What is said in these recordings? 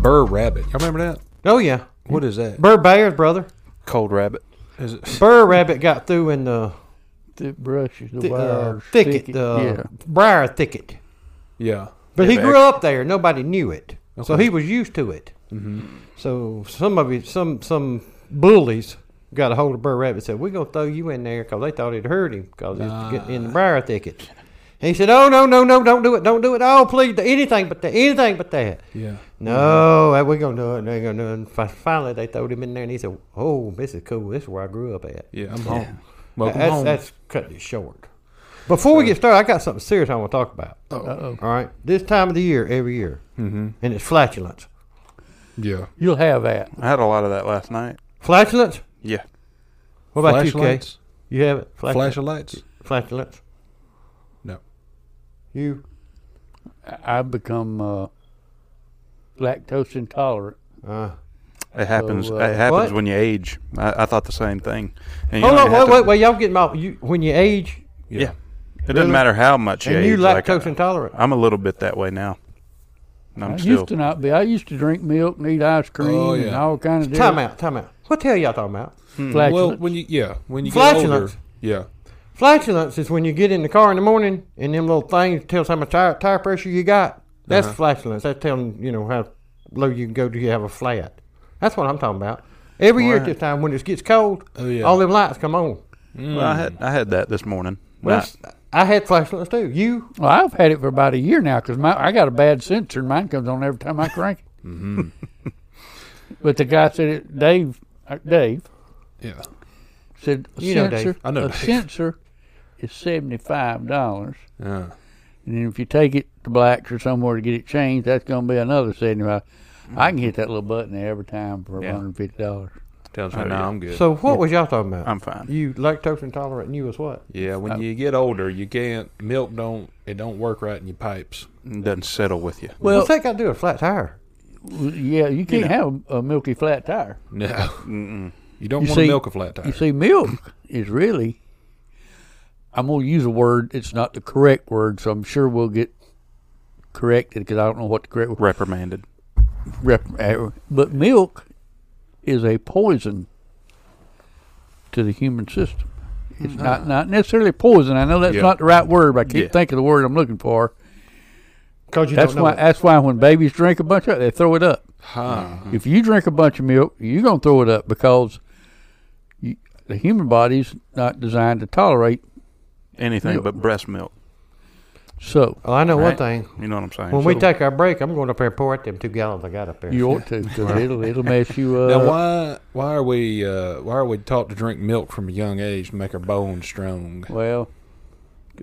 Burr Rabbit. Y'all remember that? Oh yeah, What is that? Burr Bear's brother. Cold Rabbit. Is it? Burr Rabbit got through in the Thick brushes, the thi- uh, wires, thicket, thicket, the yeah. briar thicket. Yeah. But Yeah, he but grew up there. Nobody knew it, so Okay. he was used to it. So some of it, some some bullies got a hold of Burr Rabbit and said, "We're gonna throw you in there 'cause they thought it hurt him 'cause he's getting in the briar thicket." And he said, "Oh no no no! Don't do it! Don't do it! Oh please! Anything but that! Anything but that!" Yeah. No, that we're gonna do it. They're gonna do it. And fi- finally, they throwed him in there, and he said, "Oh, this is cool. This is where I grew up at." Yeah. I'm home. Welcome That's, home. that's cutting it short. Before we get started, I got something serious I want to talk about. Oh. Uh-oh. All right, this time of the year, every year, mm-hmm. and it's flatulence. yeah. You'll have that. I had a lot of that last night. Flatulence? Yeah. What about you, Kay? Flashlights? You have it? Flashlights? Flatulence? No. You? I- I've become uh, lactose intolerant. Uh, It happens. uh, it happens What? when you age. I, I thought the same thing. And you hold know, on, you have wait, to- wait, wait. Y'all getting my you, when you age Yeah. It doesn't matter how much you and age. you like, uh, lactose I- intolerant. I'm a little bit that way now. And I'm i still. used to not be. I used to drink milk and eat ice cream Oh, and yeah. all kind of Time different out, time out. What the hell y'all talking about? flatulence. Well, when you yeah, when you get older, Flatulence. yeah, Flatulence is when you get in the car in the morning and them little things tells how much tire, tire pressure you got. That's flatulence. That's telling you know how low you can go till you have a flat. That's what I'm talking about. Every year at Right. this time when it gets cold, Oh, yeah. all them lights come on. Well, I had I had that this morning. Well, Not- that's- I had flatulence too. You Well, I've had it for about a year now because I got a bad sensor and mine comes on every time I crank it. Mm-hmm. but the guy said, it, Dave, uh, Dave yeah. said, a You know Dave. sensor, I know a Dave. sensor is $75. Uh, And then if you take it to Blacks or somewhere to get it changed, that's going to be another 75 I can hit that little button there every time for Yeah. $150. tells me Oh, no, yeah. I'm good. so what was y'all talking about? I'm fine. You lactose intolerant and you was what? yeah, when you get older, you can't milk don't it don't work right in your pipes. It doesn't settle with you. Well- What's that got to do with flat tire? Well, Yeah, you can't have a milky flat tire. No, you don't You want to see- milk a flat tire. You see, milk is really. I'm going to use a word. It's not the correct word, so I'm sure we'll get corrected because I don't know what the correct word. reprimanded. Rep, uh, but milk is a poison to the human system. It's not not necessarily poison. I know that's Yeah. not the right word, but I keep Yeah. thinking of the word I'm looking for. Because you That's don't know. why. it. That's why when babies drink a bunch of, it, they throw it up. If you drink a bunch of milk, you're gonna throw it up because you, the human body's not designed to tolerate. Anything Milk. but breast milk. So well, I know right? one thing. You know what I'm saying? When we take our break, I'm going up there and pour out them two gallons I got up there. you ought to, 'cause it'll it'll mess you up. now, why why are we uh, why are we taught to drink milk from a young age to make our bones strong? Well,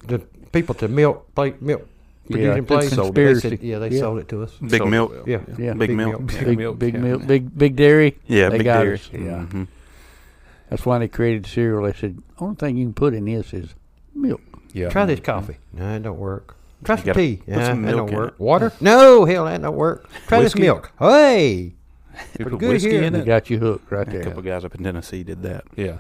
the people to milk plate milk Yeah, producing it's place. They conspiracy. said, yeah, they Yeah. sold it to us. big So- milk. Yeah, yeah, Big, Big milk. milk. Big big milk, big yeah. milk, big big dairy. Yeah, they big Mm-hmm. got dairy. us. Yeah, that's why they created cereal. They said only thing you can put in this is milk. Yeah, Try this coffee. No, it don't work. Try some gotta tea. put Nah, some that milk don't in work. it. Water? No, hell, that don't work. Try Whiskey? this milk. Hey, You Pretty put good whiskey here. in They it. got you hooked right A there. couple guys up in Tennessee did that. Yeah,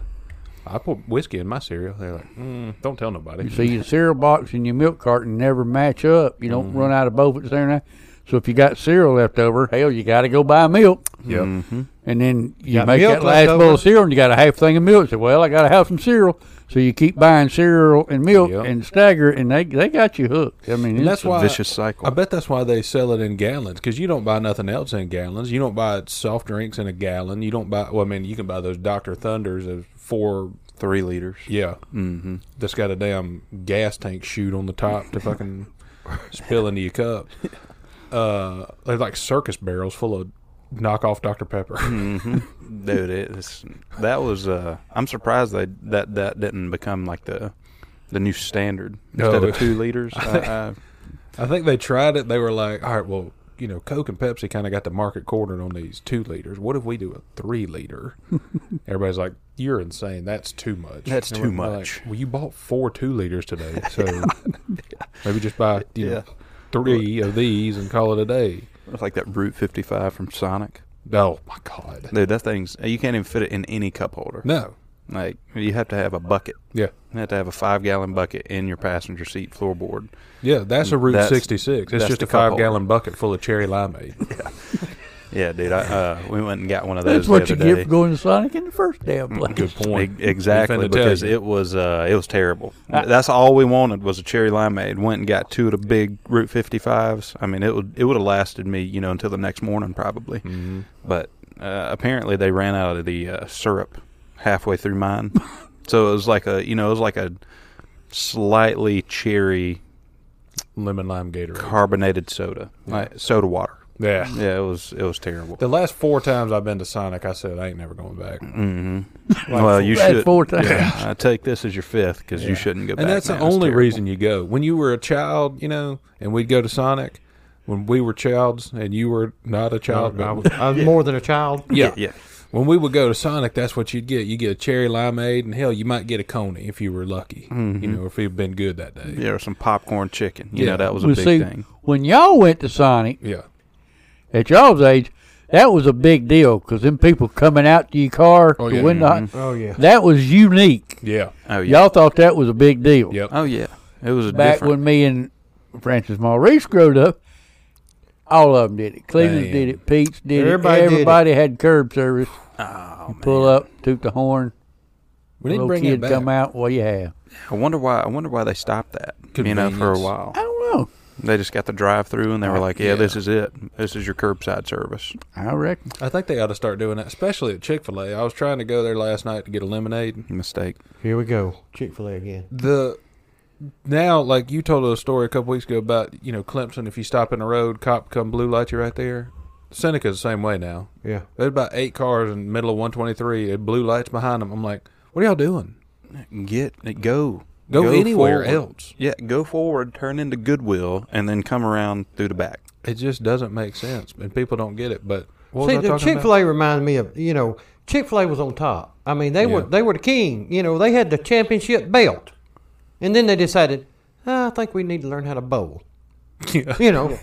I put whiskey in my cereal. They're like, mm, don't tell nobody. You see, your cereal box and your milk carton never match up. You don't run out of both at the same time. So if you got cereal left over, hell, you got to go buy milk, Mm-hmm. Yeah, Mm-hmm. and then you Got make milk that last left bowl over? of cereal, and you got a half thing of milk. Say, well, I got to have some cereal. So you keep buying cereal and milk Yep. and stagger, and they they got you hooked. I mean, And it's- that's why vicious cycle. I bet that's why they sell it in gallons because you don't buy nothing else in gallons. You don't buy soft drinks in a gallon. You don't buy. Well, I mean, you can buy those Dr. Thunders of four. Three liters. Yeah, mm-hmm. that's got a damn gas tank chute on the top to fucking spill into your cup. Uh, they're like circus barrels full of knockoff Dr. Pepper. Dude, it, it's, that was. Uh, I'm surprised they that that didn't become like the the new standard No. instead of two liters. I, I, I think they tried it. They were like, all right, well, you know, Coke and Pepsi kind of got the market cornered on these two liters. What if we do a three liter? Everybody's like, you're insane. That's too much. That's And too we're like, much. well, you bought four two liters today, so maybe just buy you Yeah. know three of these and call it a day. it's like that Route 55 from Sonic. Oh my god, Dude, that thing's you can't even fit it in any cup holder. no, Like you have to have a bucket. yeah, You have to have a five gallon bucket in your passenger seat floorboard. yeah. That's a Route That's- sixty six. It's that's just the a cup five gallon bucket full of cherry limeade. Yeah, dude. I, uh, we went and got one of those. That's what the you other get day. for going to Sonic in the first damn place. Good point. E- exactly I'm finna tell because you. it was uh, it was terrible. That's all we wanted was a cherry limeade. Went and got two of the big Route 55s. I mean, it would it would have lasted me, you know, until the next morning probably. Mm-hmm. But uh, apparently they ran out of the uh, syrup halfway through mine, so it was like a you know it was like a slightly cherry Lemon lime Gatorade. carbonated soda, like soda water. yeah. Yeah, it was it was terrible. The last four times I've been to Sonic, I said I ain't never going back. well, you That's should. four times. Yeah, I take this as your fifth because you shouldn't go back. and that's the man. It's only terrible. reason you go. When you were a child, you know, and we'd go to Sonic when we were childs, and you were not a child, I but was, I was more than a child. yeah, Yeah. When we would go to Sonic, that's what you'd get. You get a cherry limeade, and hell, you might get a coney if you were lucky, you know, if you'd been good that day. Yeah, or some popcorn chicken. You Yeah. know, that was a Well, big see, thing. when y'all went to Sonic Yeah, at y'all's age, that was a big deal because them people coming out to your car, Oh, the yeah. window, Oh yeah. that was unique. yeah, Mm-hmm. Oh yeah. Y'all thought that was a big deal. yep. Oh yeah. It was Back different. when me and Francis Maurice growed up, all of them did it. Cleveland Man. did it. Pete's did Everybody it. did it. Everybody had curb service. Oh, you pull up, toot the horn. We didn't little bring kid it back. come out. Well, you have. I wonder why. I wonder why they stopped that. You know, for a Convenience. while, I don't know. they just got the drive-through and they were like, "Yeah, yeah. this is it. This is your curbside service." I reckon. I think they ought to start doing that, especially at Chick Fil A. I was trying to go there last night to get a lemonade. Mistake. Here we go. Chick Fil A again. The now, like you told a story a couple weeks ago about you know Clemson. If you stop in the road, cop come blue light you right there. Seneca's the same way now. Yeah. There's about eight cars in the middle of 123. and blue lights behind them. I'm like, what are y'all doing? Get go. Go, anywhere forward. else. Yeah, go forward, turn into Goodwill, and then come around through the back. It just doesn't make sense, and people don't get it. But what See, was I the talking Chick Fil A reminded me of you know Chick Fil A was on top. I mean, they were Yeah. they were the king. You know, they had the championship belt, and then they decided, "Ah, I think we need to learn how to bowl. about? You know,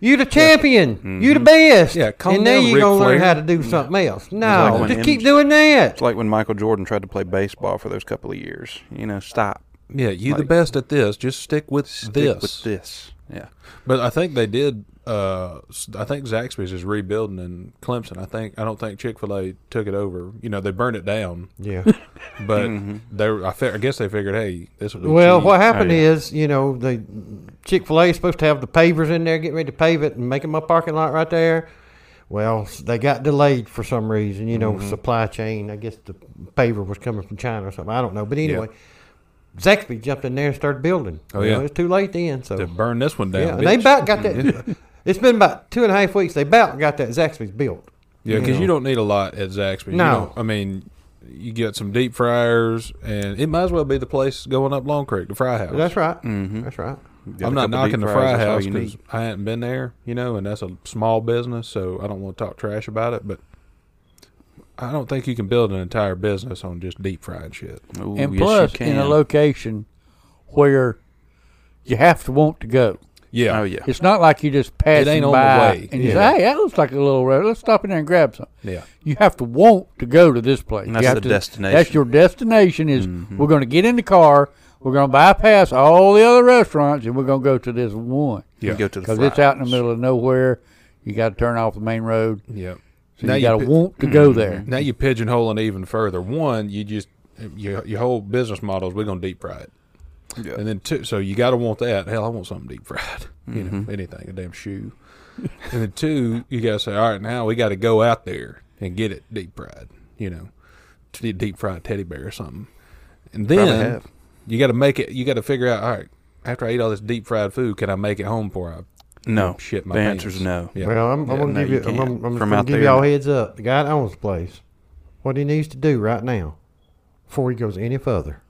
you the champion, you the best. Mm-hmm. Yeah, calm and now down, you Ric gonna Flair. learn how to do something else. like No, when just keep MJ doing that. It's like when Michael Jordan tried to play baseball for those couple of years. You know, stop. yeah, you the Like- best at this. Just stick with Stick this. with this. Yeah. But I think they did. Uh, s- I think Zaxby's is rebuilding in Clemson. I think I don't think Chick Fil A took it over. You know, they burned it down, Yeah. but Mm-hmm. they. were- I, fi- I guess they figured, hey, this would be Well, cheap. what happened Oh, yeah. is, you know, the Chick Fil A is supposed to have the pavers in there, getting ready to pave it and making my parking lot right there. Well, s- they got delayed for some reason. You Mm-hmm. know, supply chain. I guess the paver was coming from China or something. I don't know, but anyway, Zaxby jumped in there and started building. Oh, You know, yeah. it's too late then. So to burn this one yeah, down? and they bitch. about got that. it's been about two and a half weeks. They about got that Zaxby's built. Yeah, because know. you don't need a lot at Zaxby's. You No. don't- I mean, you get some deep fryers, and it might as well be the place going up Long Creek, the fry house. That's right. Mm-hmm. That's right. Got I'm a not couple deep knocking the fries, fry that's all house you because need. I hadn't been there, you know, and that's a small business, so I don't want to talk trash about it. But I don't think you can build an entire business on just deep frying shit. Ooh, and yes, you plus, in a can. location where you have to want to go. Yeah. Oh yeah. It's not like you just passing ain't on the by way. and you Yeah. say, "Hey, that looks like a little road. Let's stop in there and grab some." Yeah. You have to want to go to this place. You And that's have the to- destination. That's your destination. Is we're going to get in the car, we're going to bypass all the other restaurants, and we're going to go to this one Yeah. You go to the because it's out in the fries. middle of nowhere. You got to turn off the main road. Yeah. So now you got to pi- want to go there. Mm-hmm. now you pigeonholing even further. One, you just your your whole business model is we're gonna deep fry it, Yeah. and then two, so you got to want that. Hell, I want something deep fried. You Mm-hmm. know, anything, a damn shoe. and then two, you got to say, all right, now we got to go out there and get it deep fried. You know, to the deep fried teddy bear or something. And then have. you got to make it. You got to figure out. All right, after I eat all this deep fried food, can I make it home before I No. shit my the pants? answer's no. Yeah. Well, I'm, I'm Yeah, gonna no, give you you. I'm, can't. gonna- I'm just From gonna out give there. y'all a heads up. The guy that owns the place, what he needs to do right now, before he goes any further,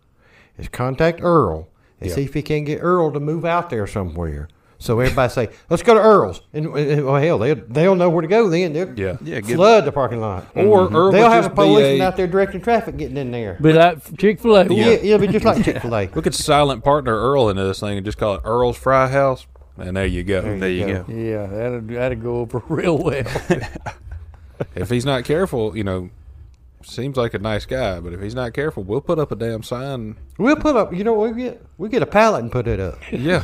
is contact Earl and Yeah. see if he can get Earl to move out there somewhere. So everybody say, "Let's go to Earl's," and, and well, hell, they'll they'll know where to go then. They'll Yeah. Mm-hmm. Yeah, give- Mm-hmm. flood the parking lot, Or Earl would they'll have a just be policeman a- out there directing traffic getting in there. But like Chick Fil A, yeah. it'll be just like Chick Fil A. We could silent partner Earl into this thing and just call it Earl's Fry House, and there you go. There you Yeah. go. yeah, that'd that'd go over real well. if he's not careful, you know, seems like a nice guy, but if he's not careful, we'll put up a damn sign We'll put up. You know what we get? We get a pallet and put it up. Yeah,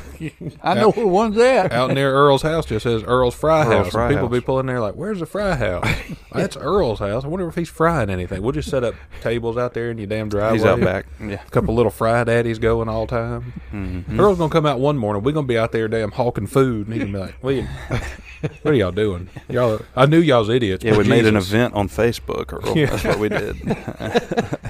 I know where one's at. out near Earl's house just says Earl's Fry Earl's House. Fry and people House. be pulling there like, "Where's the fry house? That's Earl's house. I wonder if he's frying anything. We'll just set up tables out there in your damn driveway. He's out back. Yeah. A couple little fry daddies going all time. Mm-hmm. Earl's gonna come out one morning. We're gonna be out there damn hawking food, and he's gonna be like, "What? Are you, what are y'all doing? Y'all? I knew y'all's idiots. Yeah, but we made an Jesus. event on Facebook. Earl. That's what we did.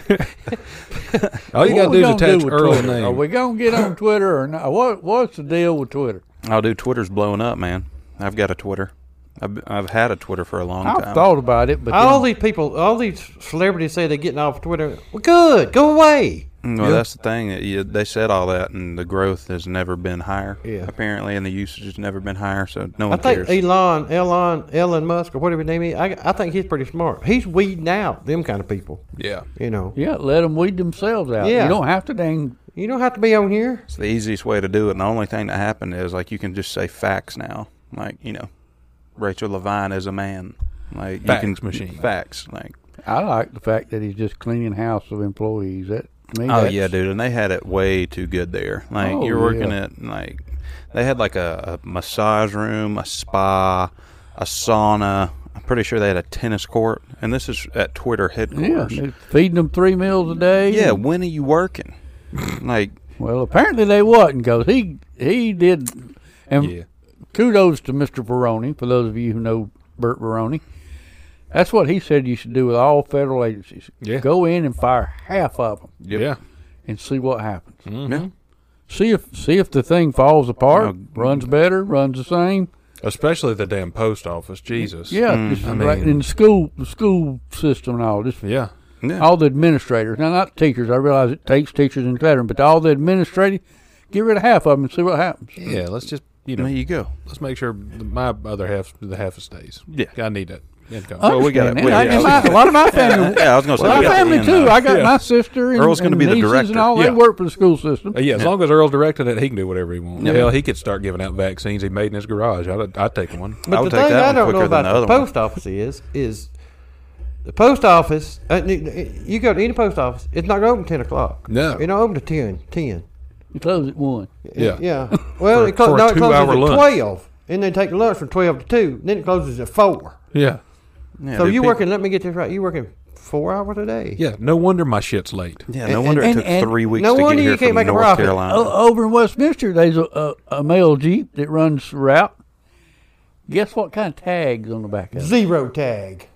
All you What gotta we do is gonna attach with Earl's Twitter? Are name. we gonna get on Twitter or not? What What's the deal with Twitter? I'll do. Twitter's blowing up, man. I've got a Twitter. I've, I've had a Twitter for a long I've time. thought about it, but All then- these people, all these celebrities say they're getting off Twitter. Well, good, go away. Well, that's the thing. that you- They said all that, and the growth has never been higher. Yeah. Apparently, and the usage has never been higher. So no I one think cares. Elon, Elon, Elon Musk, or whatever his name is. I, I think he's pretty smart. He's weeding out them kind of people. Yeah, You know, yeah, let them weed themselves out. Yeah. You don't have to dang. you don't have to be on here. It's the easiest way to do it. And the only thing that happened is like you can just say facts now. Like you know, Rachel Levine is a man. Like Fax you can machine. facts. Like I like the fact that he's just cleaning house of employees. That to me, oh that's- yeah, dude, and they had it way too good there. Like Oh, you're working yeah. at like they had like a, a massage room, a spa, a sauna. I'm pretty sure they had a tennis court, and this is at Twitter yeah. headquarters. they're Feeding them three meals a day. Yeah, and- when are you working? like, Well, apparently they wasn't because he he did, and Yeah. kudos to Mr. Veroni. For those of you who know Bert Veroni, that's what he said you should do with all federal agencies. Yeah. Go in and fire half of them yeah. and see what happens. yeah, See if see if the thing falls apart, No. runs better, runs the same. Especially the damn post office. Jesus. Yeah, just Mm, I right mean- in the school the school system and all just Yeah. yeah. all the administrators. Now not teachers. I realize it takes teachers and veterans, but all the administrative, get rid of half of them and see what happens. Yeah. Let's just you know there you go. let's make sure th- my other half the half stays. Yeah. I need that income. I Well, we got understand that. it. We- I- yeah, and we my- got a lot of my family, Yeah, I was gonna say my we got the family end too. now. I got Yeah. my sister and, Earl's gonna and be the nieces and director. all. They Yeah. work for the school system. Uh, yeah, as long as Earl directed it, he can do whatever he wants. Yeah. Hell, he could start giving out vaccines he made in his garage. I'd, I'd take one. But I would the take thing that I one don't know quicker about than the, the other one. post office is is the post office. Uh, n- n- you go to any post office, it's not open ten o'clock. No. it's not open to 10, 10. You close at one. Yeah. yeah. Well, For- it, clo- for a no, it closes two-hour at lunch. twelve, and they take lunch from twelve to two. Then it closes at four. Yeah. Yeah, so dude, you people- working? Let me get this right. You working four hours a day? Yeah. No wonder my shit's late. Yeah, And- no wonder and- it took and- three weeks no to get wonder here you can't from make a North profit. Carolina. O- over in Westminster, there's a, a, a mail jeep that runs the route. Guess what kind of tags on the back of it? Zero tag.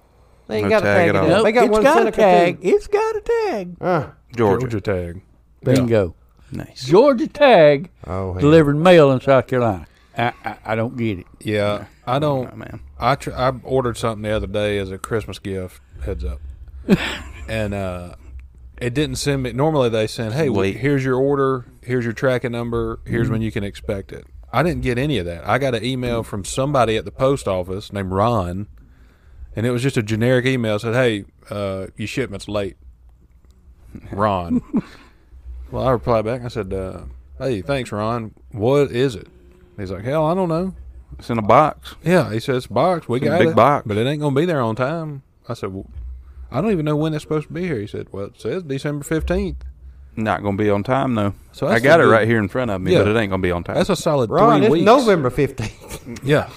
They ain't No got a tag tag. at in all. it. Nope, They got it's one got a Seneca tag. too. It's got a tag. Uh, Georgia. Georgia tag. Bingo. Nice. Georgia tag Oh, hey. delivered mail in South Carolina. I, I, I don't get it. Yeah. I Oh, don't. man. I tr- I ordered something the other day as a Christmas gift. Heads up. and uh, it didn't send me. Normally they send, hey, Wait. Mm-hmm. here's your order, here's your tracking number, here's when you can expect it. I didn't get any of that. I got an Mm. email from somebody at the post office named Ron, and it was just a generic email said, hey, uh, your shipment's late. Ron. well, I replied back. I said, uh, hey, thanks, Ron. What is it? He's like, hell, I don't know. It's in a box. Yeah, he says box. We It's a got big it, box. but it ain't gonna be there on time. I said, well, I don't even know when it's supposed to be here. He said, well, it says December fifteenth. Not going to be on time, though. So So that's I got the it good- right here in front of me, Yeah. but it ain't going to be on time. That's a solid Ron, three it's weeks. November fifteenth. Yeah,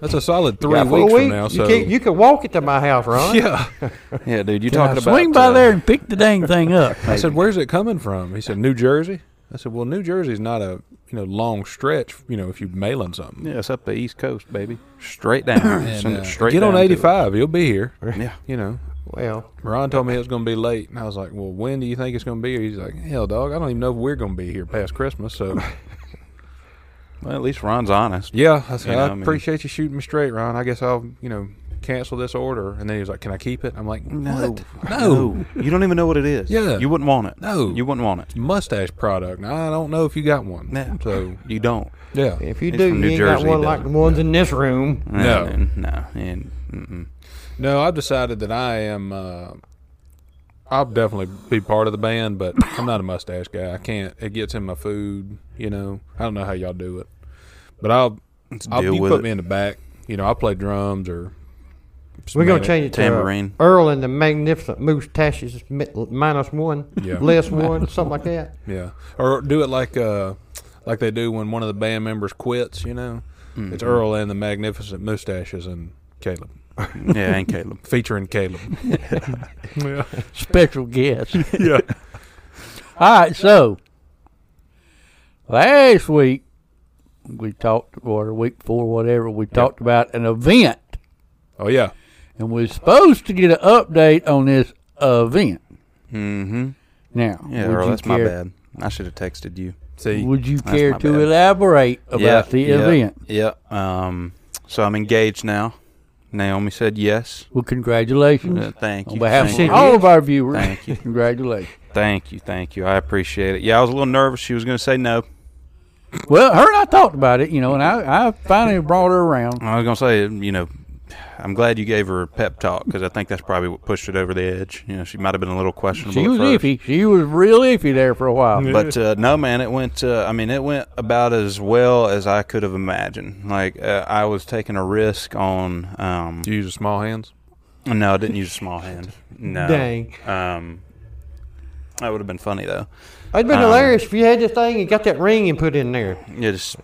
that's a solid three Yeah, weeks for a from week. now. So you, can, you can walk it to my house, Ron. yeah, yeah, dude, you Now talking about swing by uh, there and pick the dang thing up. I said, where's it coming from? He said, New Jersey. I said, well, New Jersey's not a you know long stretch. You know, if you're mailing something, Yeah, it's up the East Coast, baby. Straight down. And, Send uh, it straight get down on to eighty five. You'll be here. it. Yeah. You know, Well, Ron told me it was going to be late, and I was like, "Well, when do you think it's going to be?" He's like, "Hell, dog, I don't even know if we're going to be here past Christmas." So Well, at least Ron's honest. Yeah, I said, You know, I, I mean- appreciate you shooting me straight, Ron. I guess I'll, you know, cancel this order. And then he was like, Can I keep it? I'm like, No. What? No. You don't even know what it is. Yeah. You wouldn't want it. No. You wouldn't want it. Mustache product. Now, I don't know if you got one. No. So, You don't. yeah. if you He's do, from you New ain't Jersey, got one he like the doesn't. ones in this room. No. No. No. And, mm-mm. No, I've decided that I am, uh, I'll definitely be part of the band, but I'm not a mustache guy. I can't. It gets in my food, you know. I don't know how y'all do it. But I'll, I'll deal you with put it. me in the back. You know, I'll play drums or We're going to change it to uh, Tambourine. Earl and the Magnificent Moustaches mi- minus one, Yeah. less one, something like that. Yeah, or do it like uh, like they do when one of the band members quits. You know, it's Earl and the Magnificent Mustaches and Caleb, mm, yeah, and Caleb. featuring Caleb. yeah, Special guest. yeah. All right, so last week we talked, or the week before, whatever, we talked about an event, Oh yeah, and we're supposed to get an update on this event. Mm-hmm. Now, Yeah, would Earl, you that's care, my bad. I should have texted you. see, Would you That's care my to bad. elaborate about the event? Yeah. Um, so I'm engaged now. Naomi said yes. Well, congratulations Uh, thank you. on behalf thank of you. all of our viewers. Thank you. Congratulations. Thank you. Thank you. I appreciate it. Yeah, I was a little nervous. She was going to say no. Well, her and I talked about it, you know, and I, I finally brought her around. I was going to say, you know, I'm glad you gave her a pep talk because I think that's probably what pushed it over the edge. You know, she might have been a little questionable. She at was Mm, first. iffy. She was real iffy there for a while. But uh, no, man, it went. Uh, I mean, it went about as well as I could have imagined. Like uh, I was taking a risk on. Um, do you use your small hands? no, I didn't use a small hand. No. Dang. Um, that would have been funny though. It'd been Um, hilarious if you had this thing and got that ring and put in there. Yeah, just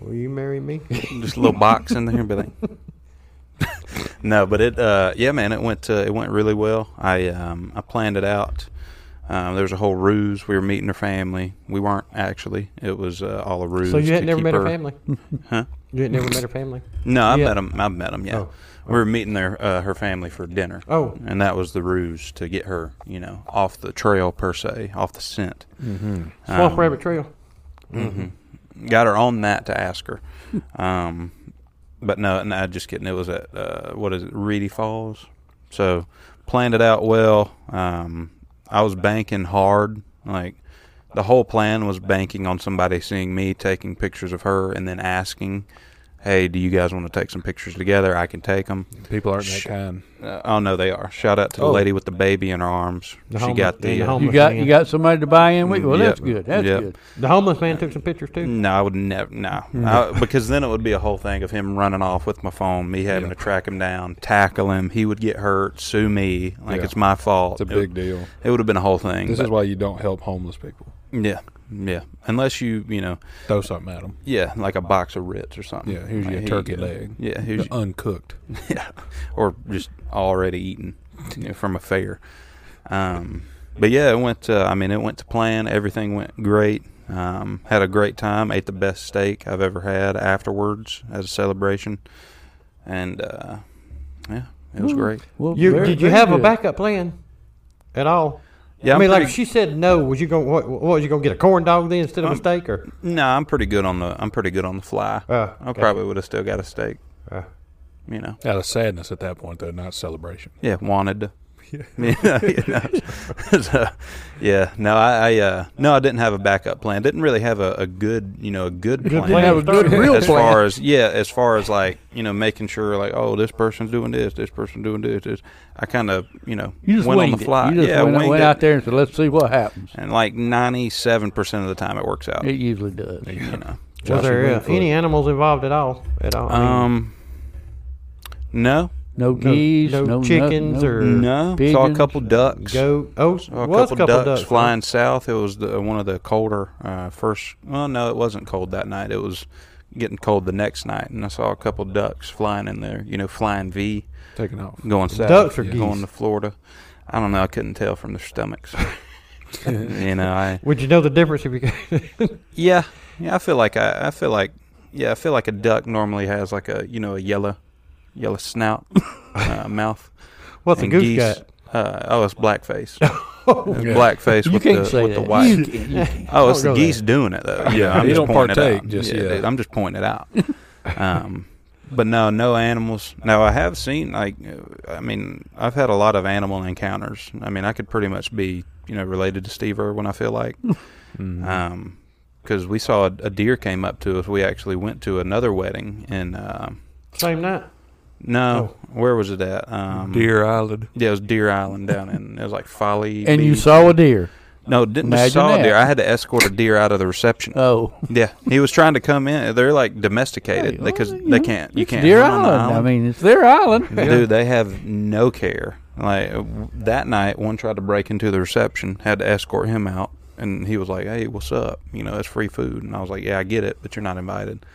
Will you marry me? just a little box in there, and be like. no, but it. Uh, yeah, man, it went. Uh, it went really well. I um, I planned it out. Um, there was a whole ruse. We were meeting her family. We weren't actually. It was uh, all a ruse. so you to had never keep met her her- family? Huh? You had never met her family? No, I Yeah. met him. I met him. Yeah, Oh. we were meeting their uh, her family for dinner. Oh. and that was the ruse to get her, you know, off the trail per se, off the scent. Mm-hmm. Swamp Rabbit Trail. Got her on that to ask her, um, but no, no, just kidding. It was at uh, what is it, Reedy Falls. So planned it out well. Um, I was banking hard, like. The whole plan was banking on somebody seeing me taking pictures of her and then asking, "Hey, do you guys want to take some pictures together? I can take them." People aren't that Sh- kind. Uh, oh no, they are. Shout out to the Oh. lady with the baby in her arms. The she homeless- got and the. the Uh, homeless- You got you got somebody to buy in with. Well, Mm, Yep. that's good. That's Yep. good. The homeless man took some pictures too. no, I would never. No, Mm-hmm. I, because then it would be a whole thing of him running off with my phone, me Yeah. having to track him down, tackle him. He would get hurt, sue me, like Yeah. it's my fault. It's a it, big deal. It would have been a whole thing. This but- is why you don't help homeless people. yeah, yeah. Unless you, you know, Throw something at them. yeah, like a box of Ritz or something. Yeah, here's Like, your here turkey go. leg. Yeah, You're here's uncooked. yeah, or just already eaten you know, from a fair. Um, but yeah, it went. Uh, I mean, it went to plan. Everything went great. Um, had a great time. Ate the best steak I've ever had afterwards as a celebration, and uh, yeah, it Hmm. was great. Well, You, very- did you very have a good. backup plan at all? Yeah, I I'm mean, like pretty- if she said no, was you going? What, what was you going to get a corn dog then instead of a Um, steak? Or No, I'm pretty good on the. I'm pretty good on the fly. Uh, I okay. probably would have still got a steak. Uh. You know. Out of sadness at that point, though, not celebration. Yeah, wanted. to. Yeah. you know. so, yeah. No, I, I uh, no, I didn't have a backup plan. Didn't really have a, a good, you know, a good plan. plan Have a to good start real as plan. far as yeah, as far as like you know, making sure like oh, this person's doing this, this person's doing this. this. I kind of you know You just went on winged the fly. It. You just yeah, went, winged went it. out there and said, "Let's see what happens." And like ninety-seven percent of the time, it works out. It usually does. You know. was there uh, Greenfoot. any animals involved at all? At all? I mean, Um. No, No no- geese, no no, nut- chickens no- or no. Saw a Pigeons. couple ducks. go. Oh, Saw a was couple, a couple ducks, ducks flying south. It was the, one of the colder uh, first. Well, no, it wasn't cold that night. It was getting cold the next night, and I saw a couple ducks flying in there. You know, flying V Taking off. going south. Ducks or yeah, geese? going to Florida. I don't know. I couldn't tell from their stomachs. you know, I Would you know the difference if you? yeah yeah. I feel like I, I feel like yeah. I feel like a duck normally has like a you know a yellow yellow snout uh, mouth. What's a and goose geese, got? Oh, Uh, oh, it's blackface. It's Yeah. blackface You with can't the say with that. the white. You can't- you can't. Oh, it's Don't the go geese doing it though. Yeah, I'm you just don't pointing it partake, out. just yeah, yet. dude, I'm just pointing it out. Um, but no, no animals. Now I have seen like, uh, I mean, I've had a lot of animal encounters. I mean, I could pretty much be you know related to Steve Irwin. I feel like, um, because we saw a, a deer came up to us. We actually went to another wedding in. Uh, Same night. no, where was it at? Um, Deer Island. Yeah, it was Deer Island down in. It was like Folly. And you Beach. saw a deer. No, didn't Imagine just saw a that. deer. I had to escort a deer out of the reception. Oh, Yeah, he was trying to come in. They're like domesticated Hey, because well, they can't. You it's can't. Deer hunt on Island. the I mean, it's their island. dude, they have no care. Like w- that night, one tried to break into the reception, had to escort him out, and he was like, "Hey, what's up? You know, it's free food." And I was like, "Yeah, I get it, but you're not invited."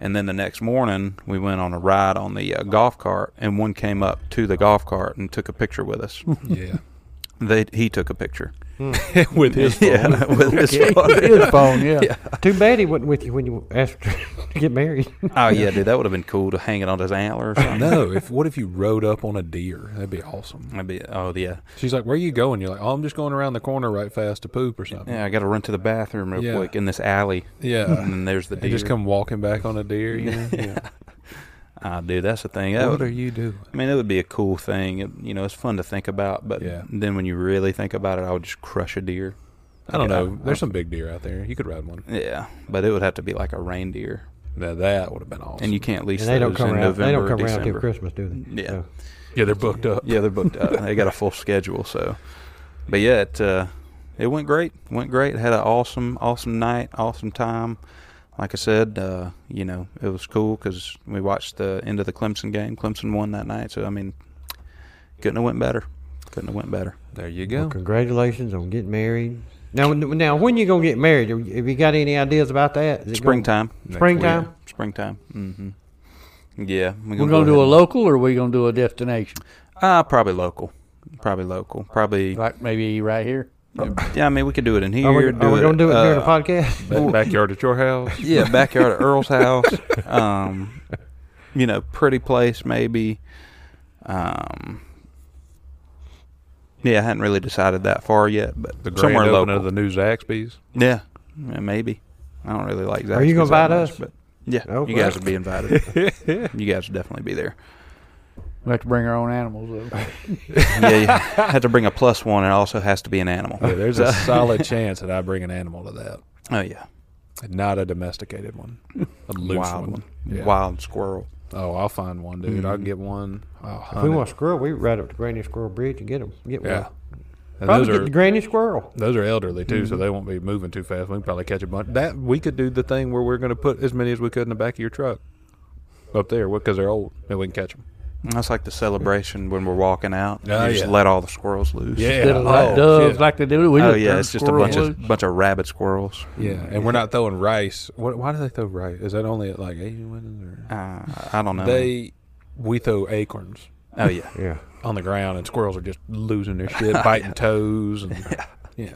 And then the next morning, we went on a ride on the uh, golf cart, and one came up to the golf cart and took a picture with us. Yeah. they he took a picture. With his phone. Yeah, with his phone. His phone, yeah. Too bad he wasn't with you when you asked to get married. Oh yeah, dude, that would have been cool to hang it on his antler or something. No, if what if you rode up on a deer? That'd be awesome. I'd be, oh yeah, She's like, "Where you going?" You're like, "Oh, I'm just going around the corner right fast to poop or something." yeah. I got to run to the bathroom real Yeah. quick in this alley, Yeah. and then there's the They deer. just come walking back on a deer. You know? yeah. Ah, dude, that's the thing. That What would- are you doing? I mean, it would be a cool thing. It, you know, it's fun to think about, but Yeah. then when you really think about it, I would just crush a deer. I don't Yeah. know. There's some big deer out there. You could ride one. Yeah, but it would have to be like a reindeer, Now that would have been awesome. and you can't lease and they don't those come in around. November, they don't come around December. till Christmas, do they? Yeah. So, yeah, they're booked up. Yeah, they're booked up. they got a full schedule, so. But yeah, it, uh, it went great. Went great. Had an awesome, awesome night, awesome time. Like I said, uh, you know, it was cool because we watched the end of the Clemson game. Clemson won that night, so I mean, couldn't have went better. Couldn't have went better. There you well, go. congratulations on getting married. Now, now, when you gonna get married? Have you have you got any ideas about that? Is it gonna- Springtime. Next Springtime. week. Springtime. Mm-hmm. Yeah, We're going to go do a ahead. local or we going to do a destination? Uh, probably local. Probably local. Probably. Like maybe right here? Yeah, I mean, we could do it in here. Are we, are we gonna do it during the uh, podcast? Back- backyard at your house. Yeah, backyard at Earl's house. Um, you know, pretty place maybe. Um. Yeah, I hadn't really decided that far yet, but The grand somewhere opening local. of the new Zaxby's. yeah, yeah, maybe. I don't really like that. Are you gonna that invite much, us? But yeah, Okay. you guys would be invited. you guys would definitely be there. We have to bring our own animals. Though. Yeah, you have to bring a plus one. It also has to be an animal. Yeah, there's a solid chance that I bring an animal to that, Oh yeah, and not a domesticated one, a loose wild one. one, Yeah. wild Mm-hmm. squirrel. Oh, I'll find one, dude. I'll get one. I'll If hunt we it. want squirrel, we ride up to Granny Squirrel Bridge and get them. Get Yeah. one. And Probably those get are the Granny Squirrel. those are elderly too, so they won't be moving too fast. We can probably catch a bunch. That we could do the thing where we're going to put as many as we could in the back of your truck up there because they're old and we can catch them. That's like the celebration when we're walking out. Oh, you just yeah. let all the squirrels loose. Instead of like doves like they do. We oh just yeah, turn it's just a squirrel bunch loose. of bunch of rabbit squirrels. yeah. And we're not throwing rice. What, why do they throw rice? Is that only at like Asian weddings? Or? Uh, I don't know. They we throw acorns oh yeah, Yeah. on the ground, and squirrels are just losing their shit, biting toes, and yeah.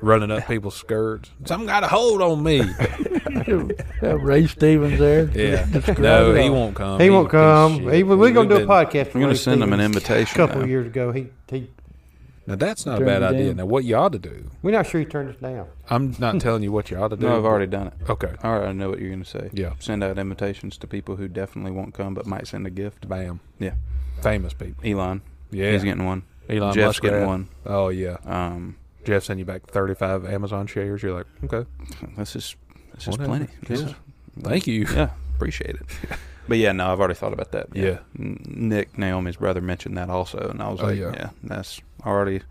running up people's skirts. Something got a hold on me. Yeah, Ray Stevens there. Yeah, no, he won't come. He He's won't a piece come. of shit. He, we're gonna do a We've been- podcast. I'm gonna with send them an Stevens. invitation. A couple though. years ago, he he. Now that's not a Turn bad it idea. down. Now what you ought to do, We're not sure he turned us down. I'm not telling you what you ought to do. No, I've already done it. Okay. All right, I know what you're gonna say. Yeah. send out invitations to people who definitely won't come but might send a gift. Bam. Yeah, Famous people. Elon. Yeah. he's getting one. Elon Jeff's Musk getting one. Oh yeah. Um, Jeff sent you back 35 Amazon shares. You're like, okay, this is this is Whatever. plenty. This Yeah. is- thank you. yeah, appreciate it. But yeah, no, I've already thought about that. Yeah. N- Nick Naomi's brother mentioned that also, and I was Oh, like, yeah. yeah. that's already,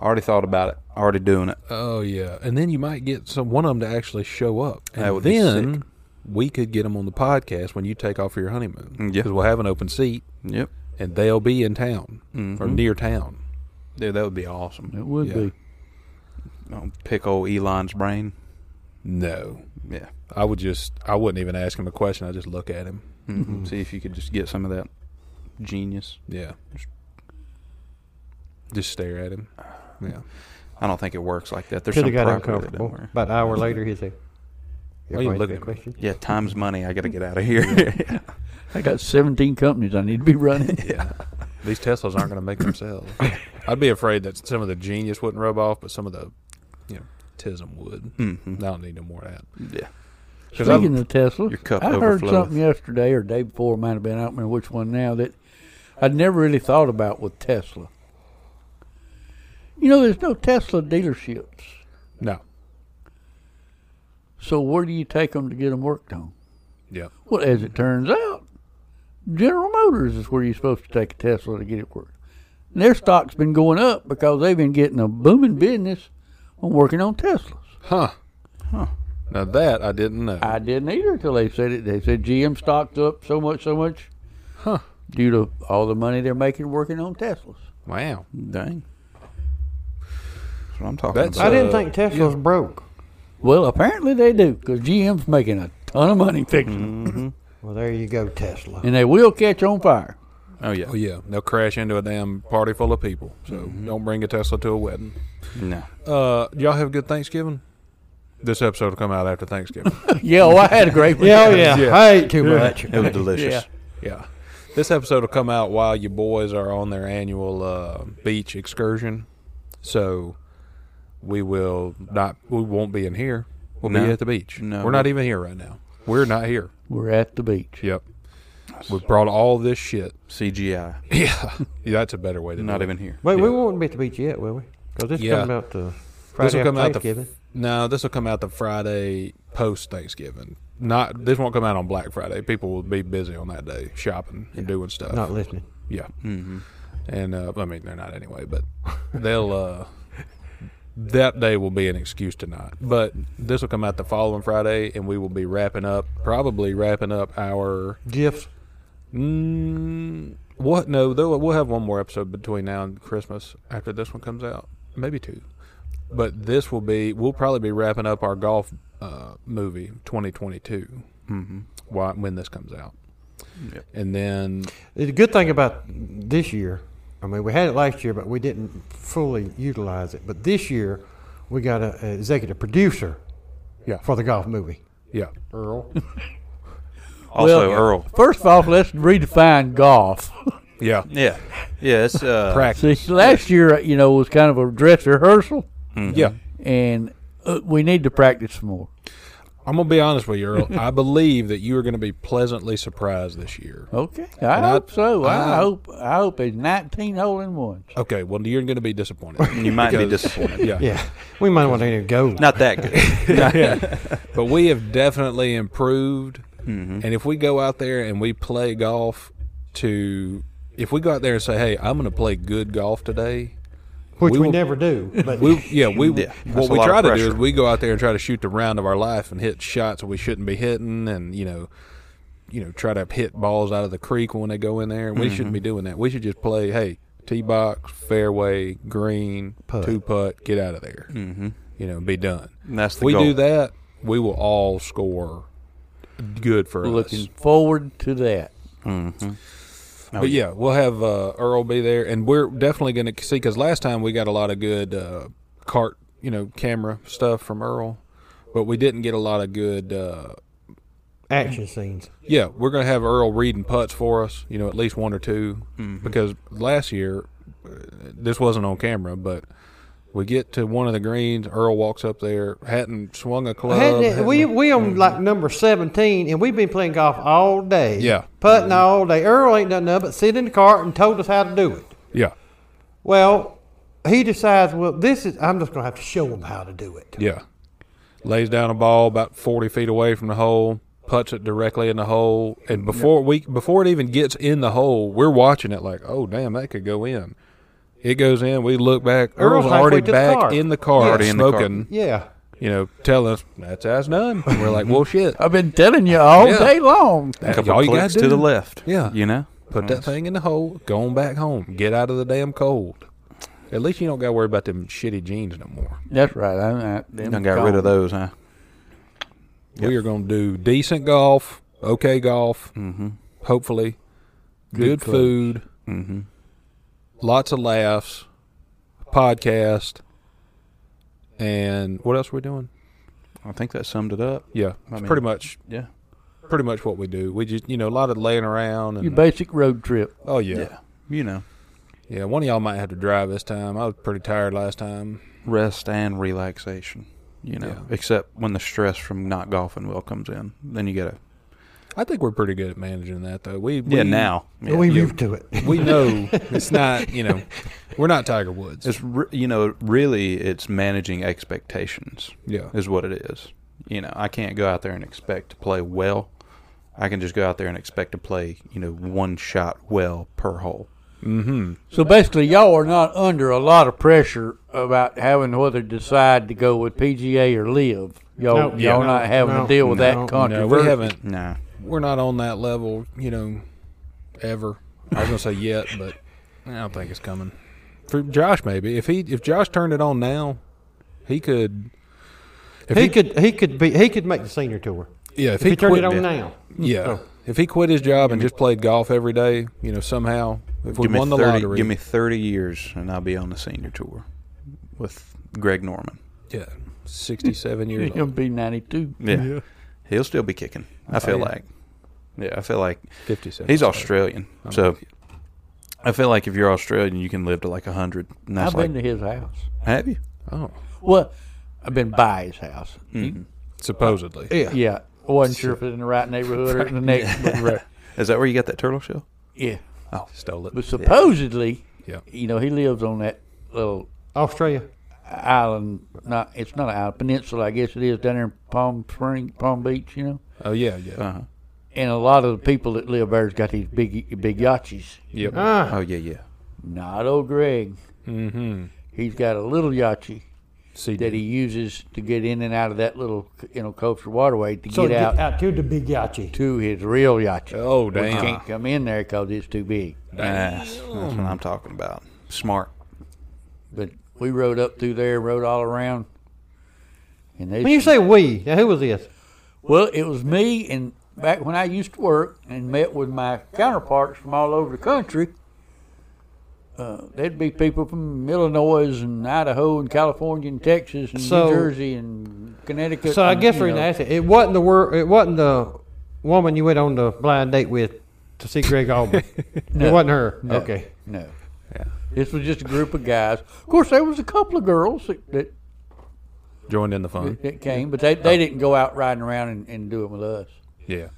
already thought about it, already doing it. Oh yeah. And then you might get some one of them to actually show up, and That would be then we could get them on the podcast when you take off for your honeymoon. Mm, yeah. we'll have an open seat, Yep, and they'll be in town or Mm-hmm. near town. dude, that would be awesome. It would Yeah. be. I'll pick old Elon's brain. No, Yeah, I would just, I wouldn't even ask him a question. I just look at him. Mm-hmm. see if you could just get some of that genius. Yeah. Just stare at him. Yeah. I don't think it works like that. There's Could some have got property that uncomfortable. don't work. About an hour later, he said. Why you looking at me? question? Yeah, time's money. I got to get out of here. I got 17 companies I need to be running. Yeah. These Teslas aren't going to make themselves. I'd be afraid that some of the genius wouldn't rub off, but some of the, you know, tism would. Mhm. I don't need no more of that. yeah, 'Cause I'm- Speaking of Tesla, Your cup I heard overfloweth. something yesterday or day before, might have been, I don't remember which one now, that I'd never really thought about with Tesla. You know, there's no Tesla dealerships. no. So where do you take them to get them worked on? Yeah. Well, as it turns out, General Motors is where you're supposed to take a Tesla to get it worked. And their stock's been going up because they've been getting a booming business on working on Teslas. Huh. Huh. Now that I didn't know. I didn't either until they said it. They said GM stocked up so much, so much, Huh. due to all the money they're making working on Teslas. Wow. Dang. That's what I'm talking That's- about. I didn't Uh, think Tesla's broke. Well, apparently they do, because GM's making a ton of money fixing them, Well, there you go, Tesla. and they will catch on fire. Oh yeah. Oh yeah, Mm-hmm. they'll crash into a damn party full of people. So don't bring a Tesla to a wedding. No. Uh, y'all have a good Thanksgiving. This episode will come out after Thanksgiving. yeah, well, I had a great week. Yeah, oh, yeah. Yeah. I ate too much. It was delicious. Yeah. yeah, this episode will come out while your boys are on their annual uh, beach excursion. So we will not. We won't be in here. We'll No. be at the beach. No. we're not even here right now. We're not here. We're at the beach. Yep. We brought all this shit. CGI. Yeah. that's a better way to do Not it. even here. Wait, Yeah. we won't be at the beach yet, will we? Because this Yeah. coming out the Friday This will come after out the Thanksgiving. no. This will come out the Friday post Thanksgiving. Not this won't come out on Black Friday. People will be busy on that day shopping and doing stuff. Not listening. yeah, Mm-hmm. and uh, I mean they're not anyway, but they'll uh, that day will be an excuse to not. But this will come out the following Friday, and we will be wrapping up probably wrapping up our Gifts. mm, what? No, though we'll have one more episode between now and Christmas after this one comes out, maybe two. But this will be we'll probably be wrapping up our golf uh, movie 2022 Mm-hmm. why, when this comes out, Yep. and then The good thing about this year, I mean, we had it last year, but we didn't fully utilize it. But this year, we got a, a executive producer Yeah. for the golf movie. yeah, Earl. Also, Well, Earl. First off, let's redefine golf. yeah, Yeah. Yeah. It's uh, practice, See, last year, uh, you know, was kind of a dress rehearsal, yeah. and uh, we need to practice some more. I'm gonna be honest with you, Earl. I believe that you are gonna be pleasantly surprised this year. Okay, I And I- hope so. I, I- hope I hope it's nineteen hole in ones. Okay, well you're gonna be disappointed. You might be Because- disappointed. yeah, yeah. We might want to even go. Not that good. but we have definitely improved. Mm-hmm. And if we go out there and we play golf to, if we go out there and say, "Hey, I'm going to play good golf today," which we we, will- never do. But we yeah we Yeah, what that's a we lot of try to do pressure. is we go out there and try to shoot the round of our life and hit shots that we shouldn't be hitting, and you know, you know, try to hit balls out of the creek when they go in there. We shouldn't Mm-hmm. be doing that. We should just play. Hey, tee box, fairway, green, Putt. two putt, get out of there. Mm-hmm. You know, be done. And that's If the we goal. do that, we will all score good for us. Looking forward to that. Mm-hmm. but yeah, we'll have uh, Earl be there, and we're definitely going to see because last time we got a lot of good uh, cart, you know, camera stuff from Earl, but we didn't get a lot of good. Uh, action scenes. yeah, we're going to have Earl reading putts for us, you know, at least one or 2 because last year uh, this wasn't on camera, but. We get to one of the greens. Earl walks up there, hadn't swung a club. Hadn't it- Um, hadn't- we we on like number seventeen, and we've been playing golf all day. Yeah. putting all day. Earl ain't done nothing but sit in the cart and told us how to do it. yeah, Well, he decides. Well, this is. I'm just gonna have to show him how to do it. Yeah. Lays down a ball about 40 feet away from the hole, puts it directly in the hole, and before we before it even gets in the hole, we're watching it like, "Oh, damn, that could go in." It goes in, we look back, Earl's Earl's already halfway to the back car. in the car Already in the car. smoking, Yeah. you know, telling us that's how it's done. And we're like, "Well, shit." I've been telling you all Yeah. day long. A That's couple all you got clicks to to do. the left. Yeah. You know. Put that thing in the hole, go on back home, get out of the damn cold. At least you don't got to worry about them shitty jeans no more. That's right. I, I, them Done got rid of gone. those, huh? We are going to do decent golf, okay golf, Mm-hmm. hopefully, good, clubs. food, Mm-hmm. lots of laughs, podcast, and what else are we doing? I think that summed it up. Yeah, I it's mean- pretty much Yeah. pretty much what we do. We just you know a lot of laying around Your and basic road trip. oh yeah. Yeah. yeah You know, One of y'all might have to drive this time. I was pretty tired last time. rest and relaxation. You know, Yeah. except when the stress from not golfing well comes in, then you gotta. I think we're pretty good at managing that though. We, we Yeah. Now. Yeah. we yeah. moved to it. we know it's not you know we're not Tiger Woods. It's re- you know really it's managing expectations yeah, is what it is. You know I can't go out there and expect to play well. I can just go out there and expect to play you know one shot well per hole. Mm-hmm. So basically, y'all are not under a lot of pressure about having whether to decide to go with PGA or live. Y'all, Nope. y'all Yeah. not having No, to deal with no, that no. No, controversy. we haven't. No. We're not on that level, you know, ever. I was gonna say yet, but I don't think it's coming. For Josh, maybe if he if Josh turned it on now, he could. If He, could he could be he could make the senior tour yeah, if, if he, turned quit, it on yeah. now. yeah, if he quit his job and just played golf every day, you know, somehow if we give me won the 30, lottery, Give me 30 years and I'll be on the senior tour with Greg Norman. yeah, sixty-seven years He'll old, be ninety-two. Yeah. He'll still be kicking. I feel yeah. like. Yeah, I feel like fifty-seven. he's old. Australian. I'm So with you. I feel like if you're Australian, you can live to like 100. And that's I've been like, to his house. have you? oh, Well, I've been by his house. Mm-hmm. supposedly, Yeah. Yeah, I wasn't sure if it was in the right neighborhood or in the next. but right. Is that where you got that turtle shell? Yeah, stole it. but supposedly, Yeah. you know, he lives on that little Australia. island. Not it's not an island peninsula, I guess it is down there in Palm Spring, Palm Beach. You know, Oh yeah, yeah. Uh huh. and a lot of the people that live there's got these big big yachts. Yep. Ah, Oh, yeah, yeah. Not old Greg. mm-hmm. He's got a little yachty See that he uses to get in and out of that little you know coastal waterway to So get out to the big yachi. to his real yacht. Oh, Which damn. can't come in there because it's too big. That's, that's what I'm talking about. Smart. But we rode up through there, rode all around, and they. when you say we, now who was this? well, it was me and back when I used to work and met with my counterparts from all over the country. Uh, there'd be people from Illinois and Idaho and California and Texas and So- New Jersey and Connecticut. So I and, guess you we're know. gonna ask it. It wasn't the wor- It wasn't the woman you went on the blind date with to see Greg Allman. No. It wasn't her. No, Okay. No. This was just a group of guys. Of course, there was a couple of girls that, that, joined in the fun. that came, but they, they didn't go out riding around and, and do it with us. Yeah.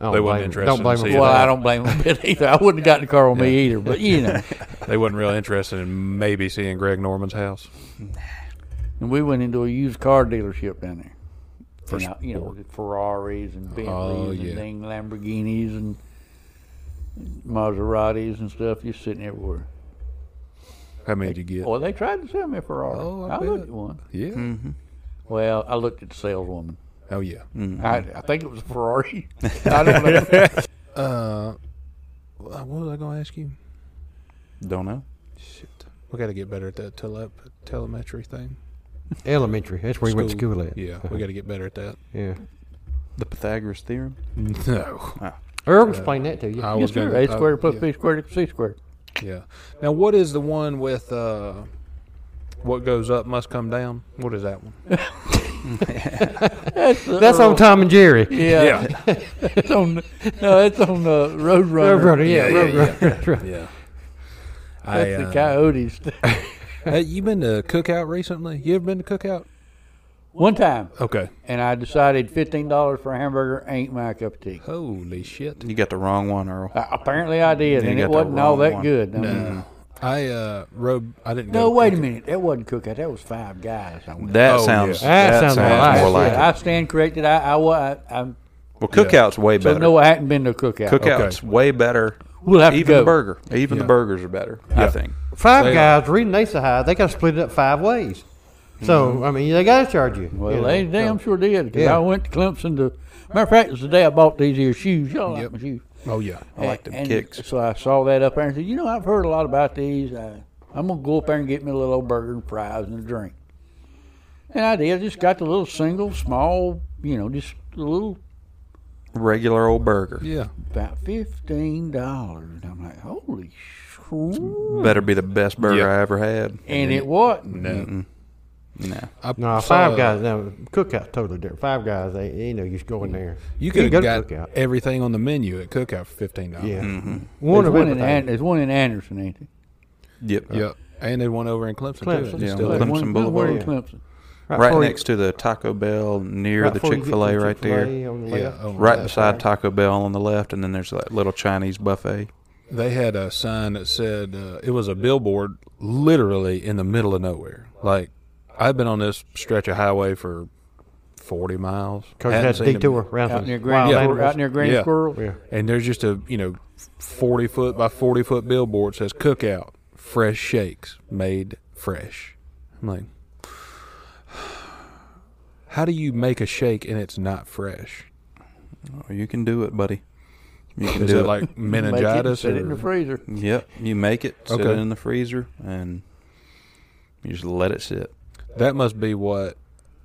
I don't They wasn't blame her. interested Don't in blame her. seeing for it. Well, that. I don't blame them a bit either. I wouldn't have gotten the car on me either, but you know. They wasn't real interested in maybe seeing Greg Norman's house. And we went into a used car dealership down there. For And, uh, you know, the Ferraris and Bentleys Oh, yeah. and thing, Lamborghinis and Maseratis and stuff. You're sitting everywhere. How many did you get? Well, they tried to sell me a Ferrari. Oh, I I looked bet. at one. Yeah. Mm-hmm. Well, I looked at the saleswoman. Oh yeah. Mm-hmm. I, I think it was a Ferrari. I don't know. Uh, what was I going to ask you? Don't know. Shit. We got to get better at that tele- telemetry thing. Elementary. That's where you went to school at. Yeah, we got to get better at that. Yeah. The Pythagoras theorem? No. Earl can explain that to you. I Yes, was sir. gonna- uh, A squared plus yeah, B squared equals C squared. Yeah. Now, what is the one with uh, what goes up must come down? What is that one? That's, the That's Earl- on Tom and Jerry. Yeah. it's on. No, it's on uh, Roadrunner. Roadrunner, yeah, Yeah, yeah, Roadrunner. yeah. I, That's the uh, Coyotes. hey, you been to cookout recently? You ever been to cookout? One time, Okay. and I decided fifteen dollars for a hamburger ain't my cup of tea. Holy shit. You got the wrong one, Earl. Uh, apparently, I did, You and it got the wasn't all wrong that one. good. I mean, Uh, I uh rode. I didn't. no, go wait a minute. That wasn't cookout. That was five guys. I went. That Oh, sounds yeah. That that, sounds sounds, nice. more like I stand corrected. I, I, wa- I, I'm, it. Well, cookout's way so better. no, I hadn't been to a cookout. cookout's way better. We'll have to Even go. the burger. Even Yeah. the burgers are better, I think. Five They- guys reading they so high, they got to split it up five ways. So I mean, they got to charge you. Well, you know, they damn so. sure did. 'cause Yeah. I went to Clemson to. Matter of fact, it was the day I bought these here shoes. Y'all Yep. like my shoes. Oh yeah. I like them kicks. So I saw that up there and said, you know, I've heard a lot about these. I, I'm gonna go up there and get me a little old burger and fries and a drink. And I did. Just got the little single, small, you know, just a little, Regular old burger. Yeah. about fifteen dollars. And I'm like, holy shrew. Better be the best burger Hmm. Yeah. I ever had. And it wasn't. No. No. I No, saw- five guys. No, cookout totally different. Five guys, they you know you just go in there. You could go have to got cookout. everything on the menu at cookout for fifteen dollars. Yeah, There's one of one, in An- everything. there's one in Anderson, ain't there? Yep. Yep. Uh, And they went over in Clemson, Clemson. too. It's Yeah. still there. Clemson There's one- there's one in Boulevard. Clemson. Right before you- next to the Taco Bell, near right the before you get Chick to fil A right there. Chick-fil-A on the Yeah, left. oh, Right yeah. beside Taco Bell on the left, and then there's that little Chinese buffet. They had a sign that said uh, it was a billboard, literally in the middle of nowhere. Like I've been on this stretch of highway for forty miles. Cause you Hadn't had seen a it. detour around Out the near wild Grand, Yeah. Squirrel- animals. out near Grand Yeah. Squirrel. Yeah. and there's just a you know forty foot by forty foot billboard says "Cookout, fresh shakes made fresh." I'm like, how do you make a shake and it's not fresh? Oh, you can do it, buddy. You can Is do it it. like Make it, meningitis? Set it in the Or, freezer. Yep, you make it, sit Okay. it in the freezer, and you just let it sit. that must be what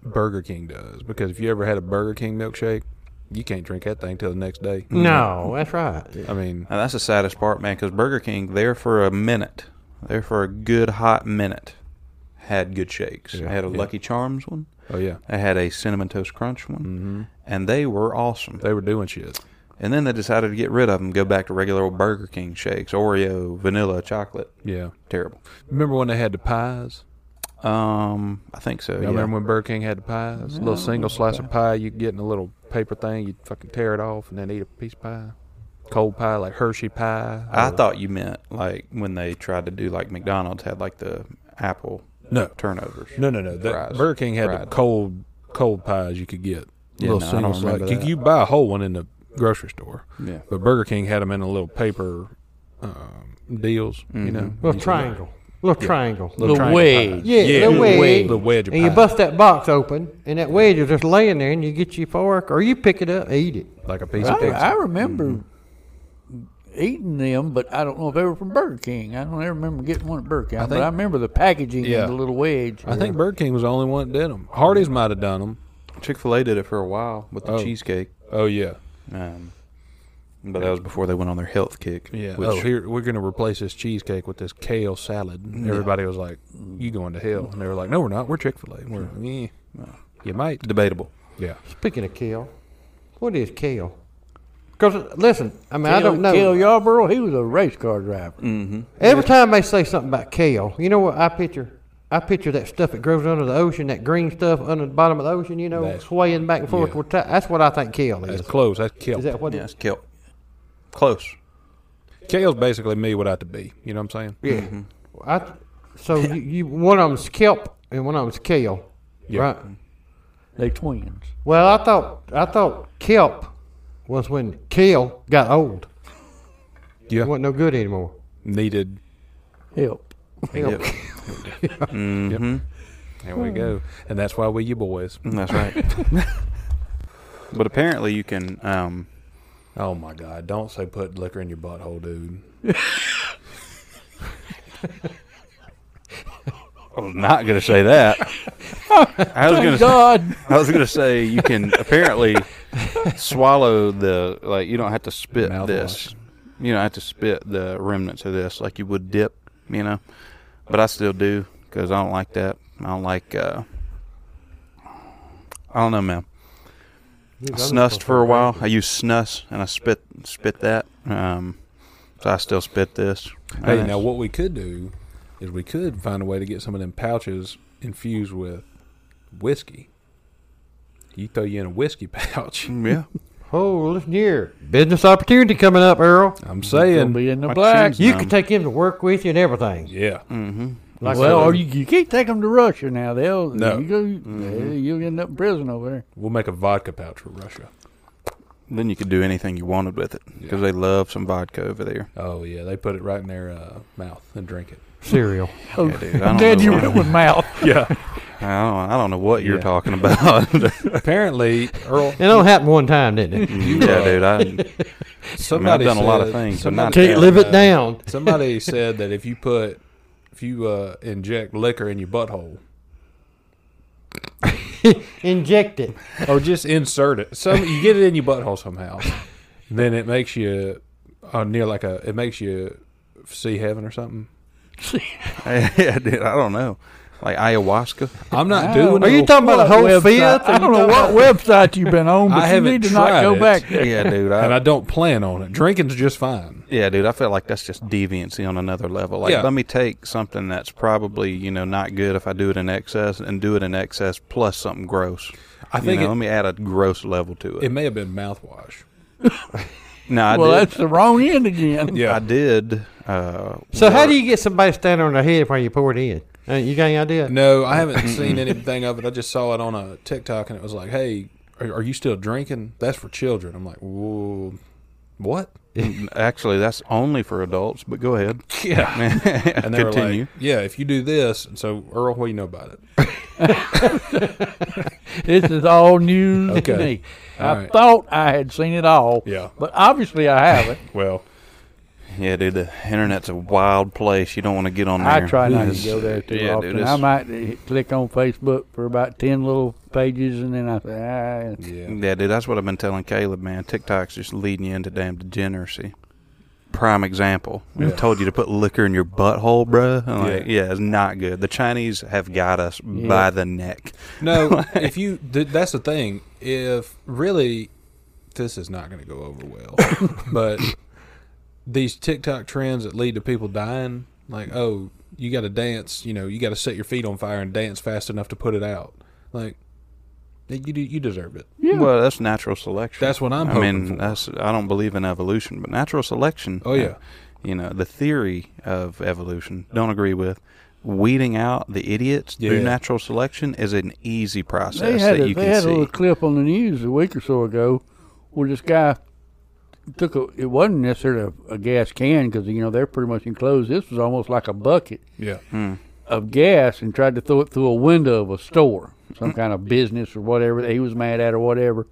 Burger King does because if you ever had a Burger King milkshake, you can't drink that thing till the next day. No, that's right. I mean, Now, that's the saddest part, man, because Burger King, there for a minute, there for a good hot minute, had good shakes. Yeah, I had a yeah. Lucky Charms one. oh yeah, I had a Cinnamon Toast Crunch one. Mm-hmm. And they were awesome. they were doing shit. And then they decided to get rid of them, go back to regular old Burger King shakes, Oreo, vanilla, chocolate. Yeah, Terrible. remember when they had the pies? Um, I think so. I Yeah. remember when Burger King had the pies, a little single slice of pie you get in a little paper thing, you fucking tear it off and then eat a piece of pie. Cold pie, like Hershey pie. I thought you meant like when they tried to do like McDonald's had like the apple No. turnovers. No, no, no. That, Fries. Burger King had Fried. the cold cold pies you could get. Yeah, little no, I single don't remember slice. You, that. you buy a whole one in the grocery store. Yeah. But Burger King had them in a little paper um, deals, Mm-hmm. you know. Little triangle. Little triangle. Little triangle wedge. pies. Yeah, yeah, little little wedge. wedge. Little wedge of And you pie. bust that box open, and that wedge is just laying there, and you get your fork or you pick it up, and eat it. Like a piece I, of pizza. I remember eating them, but I don't know if they were from Burger King. I don't ever remember getting one at Burger King, but think- I remember the packaging Yeah. and the little wedge. I think Burger King was the only one that did them. Hardee's might have done them. Chick Fil A did it for a while with the Oh. cheesecake, Oh, yeah. um, but that was before they went on their health kick. Yeah. which- oh, here we're gonna replace this cheesecake with this kale salad. And Everybody was like, "You going to hell?" And they were like, "No, we're not. We're Chick Fil A. We're eh, you might." debatable. Yeah. Speaking of kale, what is kale? Because listen, I mean, I don't know. Kel Yarborough, he was a race car driver. Every time they say something about kale, you know what I picture? I picture that stuff that grows under the ocean, that green stuff under the bottom of the ocean, you know, That's- swaying back and forth. yeah. with ti- That's what I think kale is. That's close. That's kale. Is that what Yeah, it is? it's kelp. Close. Kale's basically me without the B. You know what I'm saying? Yeah. I, so you, you, one of them's kelp and one of them's kale, Yeah. right? They twins. Well, I thought I thought kelp was when kale got old. Yeah. It wasn't no good anymore. Needed. Help. Kelp. Yep. There we go. Hmm. And that's why we you boys. That's right. but apparently, you can. Um, Oh my God! Don't say put liquor in your butthole, dude. I was not going to say that. I was going Thank to. God. I was going to say you can apparently swallow the like. You don't have to spit Mouthwash. this. You don't have to spit the remnants of this like you would dip. You know, but I still do because I don't like that. I don't like. Uh, I don't know, man. I snussed for a while. I used snus and I spit spit that. Um, so I still spit this. Hey, now what we could do is we could find a way to get some of them pouches infused with whiskey. You throw you in a whiskey pouch. Yeah. Oh, listen here, business opportunity coming up, Earl. I'm They'll saying. be in the My black. chin's You numb. could take him to work with you and everything. Yeah. Like well, a- or you, you can't take them to Russia now. They'll No. you go, you'll end up in prison over there. We'll make a vodka pouch for Russia. Then you could do anything you wanted with it because they love some vodka over there. Oh yeah, they put it right in their uh, mouth and drink it. cereal. Oh, dude, I don't I'm glad know you why. went with mouth. Yeah. I don't, I don't know what you're Yeah. talking about. yeah, Apparently, Earl, It only happened one time, didn't it? dude. I, somebody done a lot of said- things, but uh, Somebody, not Can't Yeah. live it down. somebody said that if you put, if you uh, inject liquor in your butthole, Inject it. or just insert it, some you get it in your butthole somehow, then it makes you uh, near like a, it makes you see heaven or something. yeah, dude. I don't know. Like ayahuasca. I'm not Wow. doing. Are you no- talking about a whole Website. fifth? I don't know what website you've been on, but I you haven't need to not tried go it. back there. Yeah, dude. And I I, don't plan on it. Drinking's just fine. yeah, dude. I feel like that's just deviancy on another level. Like, Yeah. let me take something that's probably you know not good if I do it in excess, and do it in excess plus something gross. I You think know, it- let me add a gross level to it. It may have been mouthwash. no, I well, did. that's the wrong end again. I did. Uh, So how do work- you get somebody standing on their head while you pour it in? Uh, you got any idea? No, I haven't seen anything of it. I just saw it on a TikTok, and it was like, "Hey, are, are you still drinking? That's for children." I'm like, "Whoa, what?" Actually, that's only for adults. But go ahead. Yeah. And they Continue. were like, yeah, if you do this, and so Earl, what do you know about it? This is all news Okay. to me. All I right. thought I had seen it all. Yeah. But obviously I haven't. Well, yeah, dude. The internet's a wild place. You don't want to get on there. I try not It's- to go there too yeah, often. Dude, I it's- might uh, click on Facebook for about ten little pages, and then I say, ah, yeah. Yeah, dude, that's what I've been telling Caleb, man. TikTok's just leading you into damn degeneracy. Prime example. We Yeah. told you to put liquor in your butthole, bruh. I'm like, yeah. it's not good. The Chinese have got us by the neck. No, if you, th- that's the thing. If really, this is not going to go over well, but these TikTok trends that lead to people dying, like, oh, you got to dance, you know, you got to set your feet on fire and dance fast enough to put it out. Like, you, do, you deserve it. Well, that's natural selection. That's what I'm I hoping mean, for. that's I don't believe in evolution, but natural selection. Oh, yeah. uh, you know the theory of evolution. Don't agree with. Weeding out the idiots Yeah. through natural selection is an easy they process had, that a, you they can had a little see. clip on the news a week or so ago where this guy took a, it wasn't necessarily a, a gas can because, you know, they're pretty much enclosed. This was almost like a bucket Yeah. of gas and tried to throw it through a window of a store, some kind of business or whatever that he was mad at or whatever.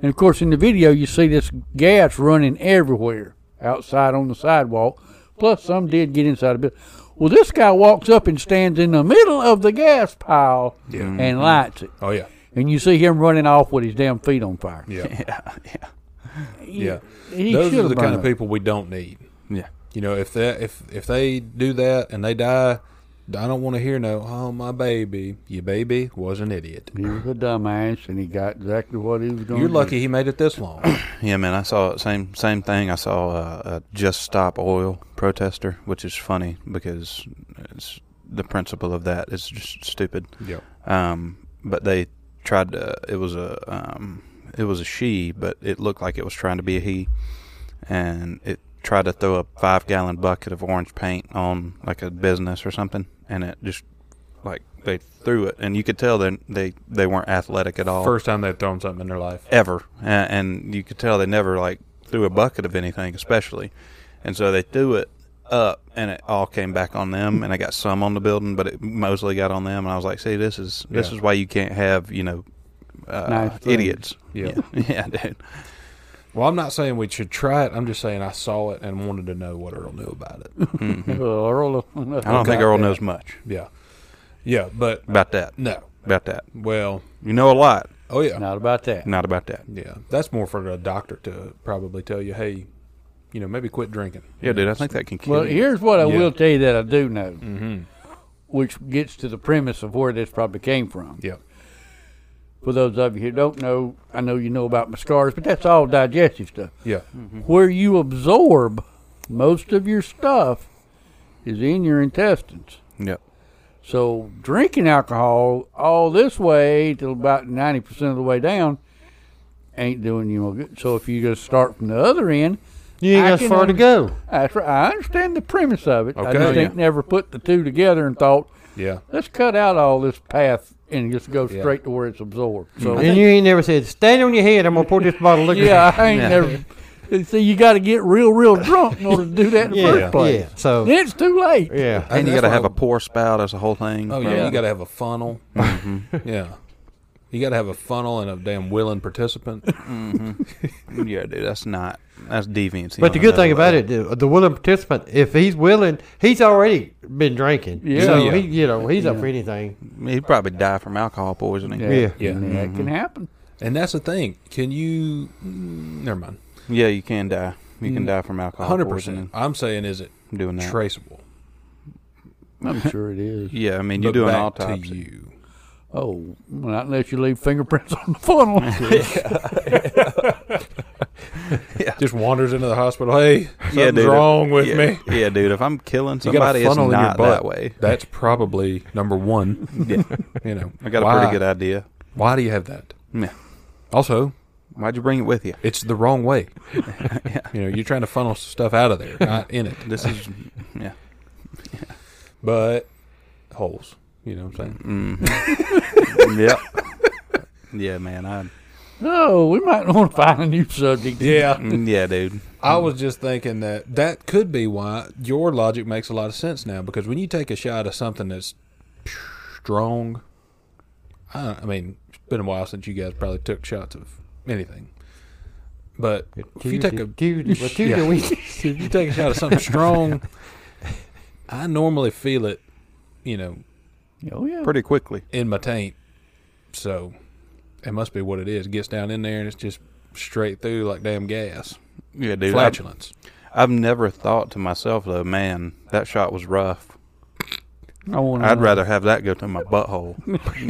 And of course, in the video, you see this gas running everywhere outside on the sidewalk. Plus, some did get inside a bit. Well, this guy walks up and stands in the middle of the gas pile and lights it. Oh, yeah. And you see him running off with his damn feet on fire. Yeah. He- Yeah. he Those are should've the kind burned of it. people we don't need. Yeah. You know, if that if if they do that and they die, I don't want to hear no. Oh, my baby, your baby was an idiot. He was a dumbass, and he got exactly what he was going You're to lucky he made it this long. Yeah, man, I saw same same thing. I saw uh, a Just Stop Oil protester, which is funny because it's the principle of that is just stupid. yeah, Um, but they tried to. It was a um, it was a she, but it looked like it was trying to be a he, and it tried to throw a five gallon bucket of orange paint on like a business or something, and it just like they threw it, and you could tell they they they weren't athletic at all first time they've thrown something in their life. ever, A- and you could tell they never like threw a bucket of anything, especially, and so they threw it up, and it all came back on them, and I got some on the building, but it mostly got on them, and I was like, see, this is this Yeah. is why you can't have you know uh, Nice things. idiots, Yeah. yeah, yeah, dude, Well, I'm not saying we should try it. I'm just saying I saw it and wanted to know what Earl knew about it. Earl, I don't think Okay. Earl knows much yeah, yeah, but about that, no. about that. Well, You know a lot, oh yeah, not about that. not about that. yeah. That's more for a doctor to probably tell you. Hey, you know, maybe quit drinking. Yeah, dude, I think that can kill Well, you. here's what I Yeah. Mm-hmm. will tell you that I do know, which gets to the premise of where this probably came from. Yeah, For those of you who don't know, I know you know about my scars, but that's all digestive stuff. yeah, Where you absorb most of your stuff is in your intestines. Yep. So drinking alcohol all this way till about ninety percent of the way down ain't doing you no good. So if you just start from the other end, You ain't I got can far to understand- go. That's right. I understand the premise of it. I Okay. just Yeah. ain't never put the two together and thought, yeah. let's cut out all this path and just go Yeah. straight to where it's absorbed. So And you ain't never said, stand on your head. I'm going to pour this bottle of liquor. yeah, I ain't Yeah. never. See, you got to get real, real drunk in order to do that in the Yeah. first place. yeah. So, Then it's too late. yeah. And, you that's got to why- have a pour spout as a whole thing. Oh probably. yeah, Mm-hmm. you got to have a funnel. yeah, you got to have a funnel and a damn willing participant. yeah, dude, that's not that's deviancy. But the on good thing another about level. it, the, the willing participant, if he's willing, he's already been drinking. Yeah. So, Yeah. He, you know, he's up for anything. He'd probably die from alcohol poisoning. Yeah, Yeah, Yeah. Yeah. and that can happen. And that's the thing. Can you? mm, Never mind. you can die. You can die from alcohol Mm. Hundred percent. poisoning I'm saying, is it doing that. traceable? I'm sure it is. yeah, I mean, you But do an back autopsy. To you. Oh, well, not unless you leave fingerprints on the funnel. Just wanders into the hospital. Hey, something's yeah, dude, if- wrong with yeah, me. Yeah, dude, if I'm killing You got somebody, a it's funnel in your not butt. that way. That's probably number one. Yeah, You know, I got a why, pretty good idea. Why do you have that? Yeah. Also, Why'd you bring it with you? it's the wrong way. You know, you're trying to funnel stuff out of there, not in it. This is, yeah. But holes. You know what I'm saying? Mm. yep. Yeah, man, I No, we might want to find a new subject. Yeah. Mm, yeah, dude. I was just thinking that that could be why your logic makes a lot of sense now because when you take a shot of something that's strong, I, don't- I mean, it's been a while since you guys probably took shots of anything. But if you take a Tuesday, well, Tuesday Yeah. we- if you take a shot of something strong, I normally feel it, you know, Oh yeah. Pretty quickly. in my taint. So it must be what it is. It gets down in there and it's just straight through like damn gas. Yeah, dude. I've, Flatulence. I've never thought to myself though, man, that shot was rough. I wanna I'd Mm-hmm. know. rather have that go to my butthole.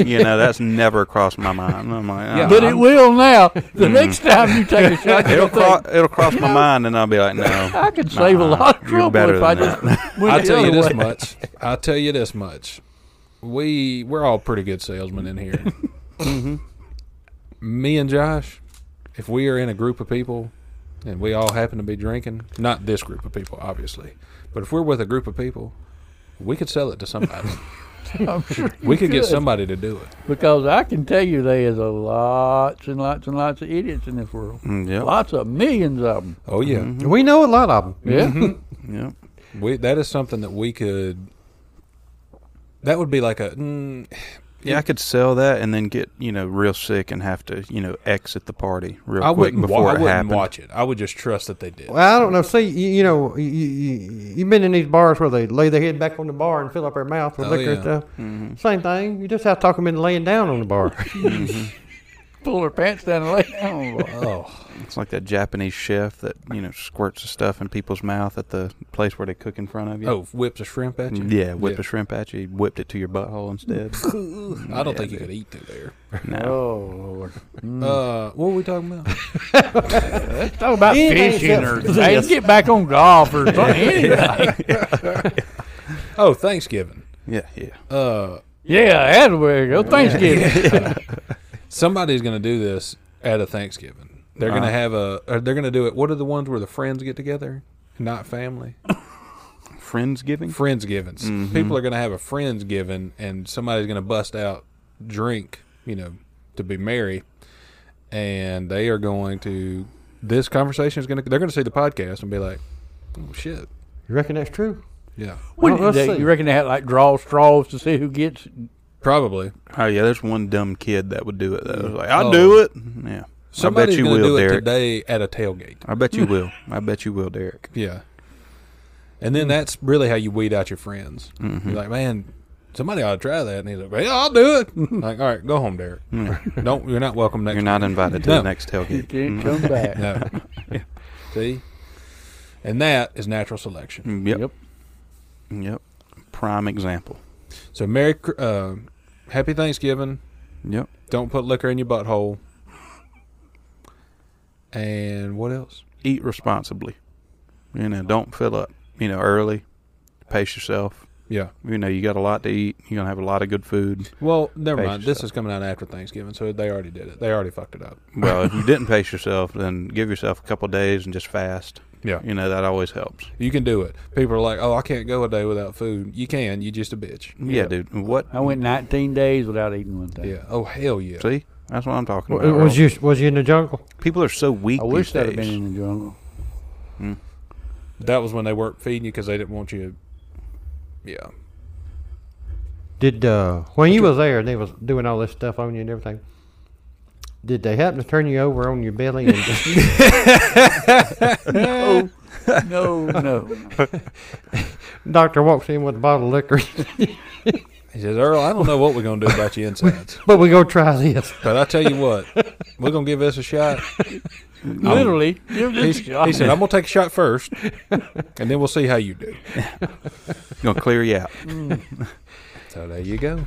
you know, that's never crossed my mind. I'm like, Yeah. uh, But it will now. The next time you take a shot, it'll you'll cross, think, it'll cross my mind, and I'll be like, no. I could save a Nah, lot of you're trouble better if I than just went I'll the tell you other this way. much. I'll tell you this much. We we're all pretty good salesmen in here. Mm-hmm. Me and Josh, if we are in a group of people and we all happen to be drinking, not this group of people, obviously, but if we're with a group of people, we could sell it to somebody. I'm sure we could get could. somebody to do it. Because I can tell you there's a lots and lots and lots of idiots in this world. Mm, Yep, Lots of millions of them. Oh yeah, Mm-hmm. we know a lot of them. Yeah. yep. we, that is something that we could. That would be like a. Mm, Yeah, I could sell that and then get you know real sick and have to you know exit the party real I quick wouldn't. Wa- before I it wouldn't happened. watch it. I would just trust that they did. Well, I don't know. See, you, you know, you, you, you've been in these bars where they lay their head back on the bar and fill up their mouth with Oh, liquor yeah. and stuff. Same thing. You just have to talk them into laying down on the bar. Pull their pants down and lay down. Oh, It's like that Japanese chef that you know squirts the stuff in people's mouth at the place where they cook in front of you. oh, whips a shrimp at you. yeah, whip a shrimp at you. He Whipped it to your butthole instead. I don't Yeah, think you dude. could eat through there. no. Oh, Lord. Uh, what were we talking about? Talk about Anything fishing or except- hey, let's get back on golf or something. anything. oh, Thanksgiving. Yeah, yeah. Uh, Yeah, that's where you go. Thanksgiving. somebody's gonna do this at a Thanksgiving. They're gonna Uh-huh. have a. Or they're gonna do it. What are the ones where the friends get together, not family? Friendsgiving. Friendsgivings. Mm-hmm. People are gonna have a friendsgiving, and somebody's gonna bust out drink. You know, to be merry, and they are going to. This conversation is gonna. They're gonna see the podcast and be like, "Oh shit, You reckon that's true? yeah, When Well, let's they, see. you reckon they had like draw straws to see who gets? probably." Oh yeah, there's one dumb kid that would do it. That was like, I'll Oh. do it. Yeah. Somebody's I bet you gonna will, do it Derek. today at a tailgate. I bet you will. I bet you will, Derek. Yeah. And then that's really how you weed out your friends. Mm-hmm. You're like, man, somebody ought to try that. And he's like, yeah, I'll do it. like, all right, go home, Derek. Don't, you're not welcome next You're not invited to No. the next tailgate. Can't come back. No. See? And that is natural selection. Mm, Yep. Yep. Yep. Prime example. So, Merry, Cr- uh, Happy Thanksgiving. Yep. Don't put liquor in your butthole. And what else? Eat responsibly. You know, don't fill up. You know, early. Pace yourself. Yeah. You know, you got a lot to eat. You're gonna have a lot of good food. Well, never Pace mind. This yourself. is coming out after Thanksgiving, so they already did it. They already fucked it up. Well, if you didn't pace yourself, then give yourself a couple days and just fast. Yeah. You know, that always helps. You can do it. People are like, "Oh, I can't go a day without food." You can. You just a bitch. Yeah, dude. What? I went 19 days without eating one thing. Yeah. Oh hell yeah. See, that's what I'm talking about. Uh, Was Earl. you was you in the jungle? People are so weak. I wish these that had been days. in the jungle. That was when they weren't feeding you because they didn't want you. Yeah. Did uh, when you was there and they was doing all this stuff on you and everything? Did they happen to turn you over on your belly? And No, Oh, no, no. doctor walks in with a bottle of liquor, He says, "Earl, I don't know what we're gonna do about your insides, but we go try this. but I tell you what, we're gonna give this a shot." Literally, give this He's- a shot. he said, "I'm gonna take a shot first, and then we'll see how you do." Mm. Gonna clear you out. So there you go.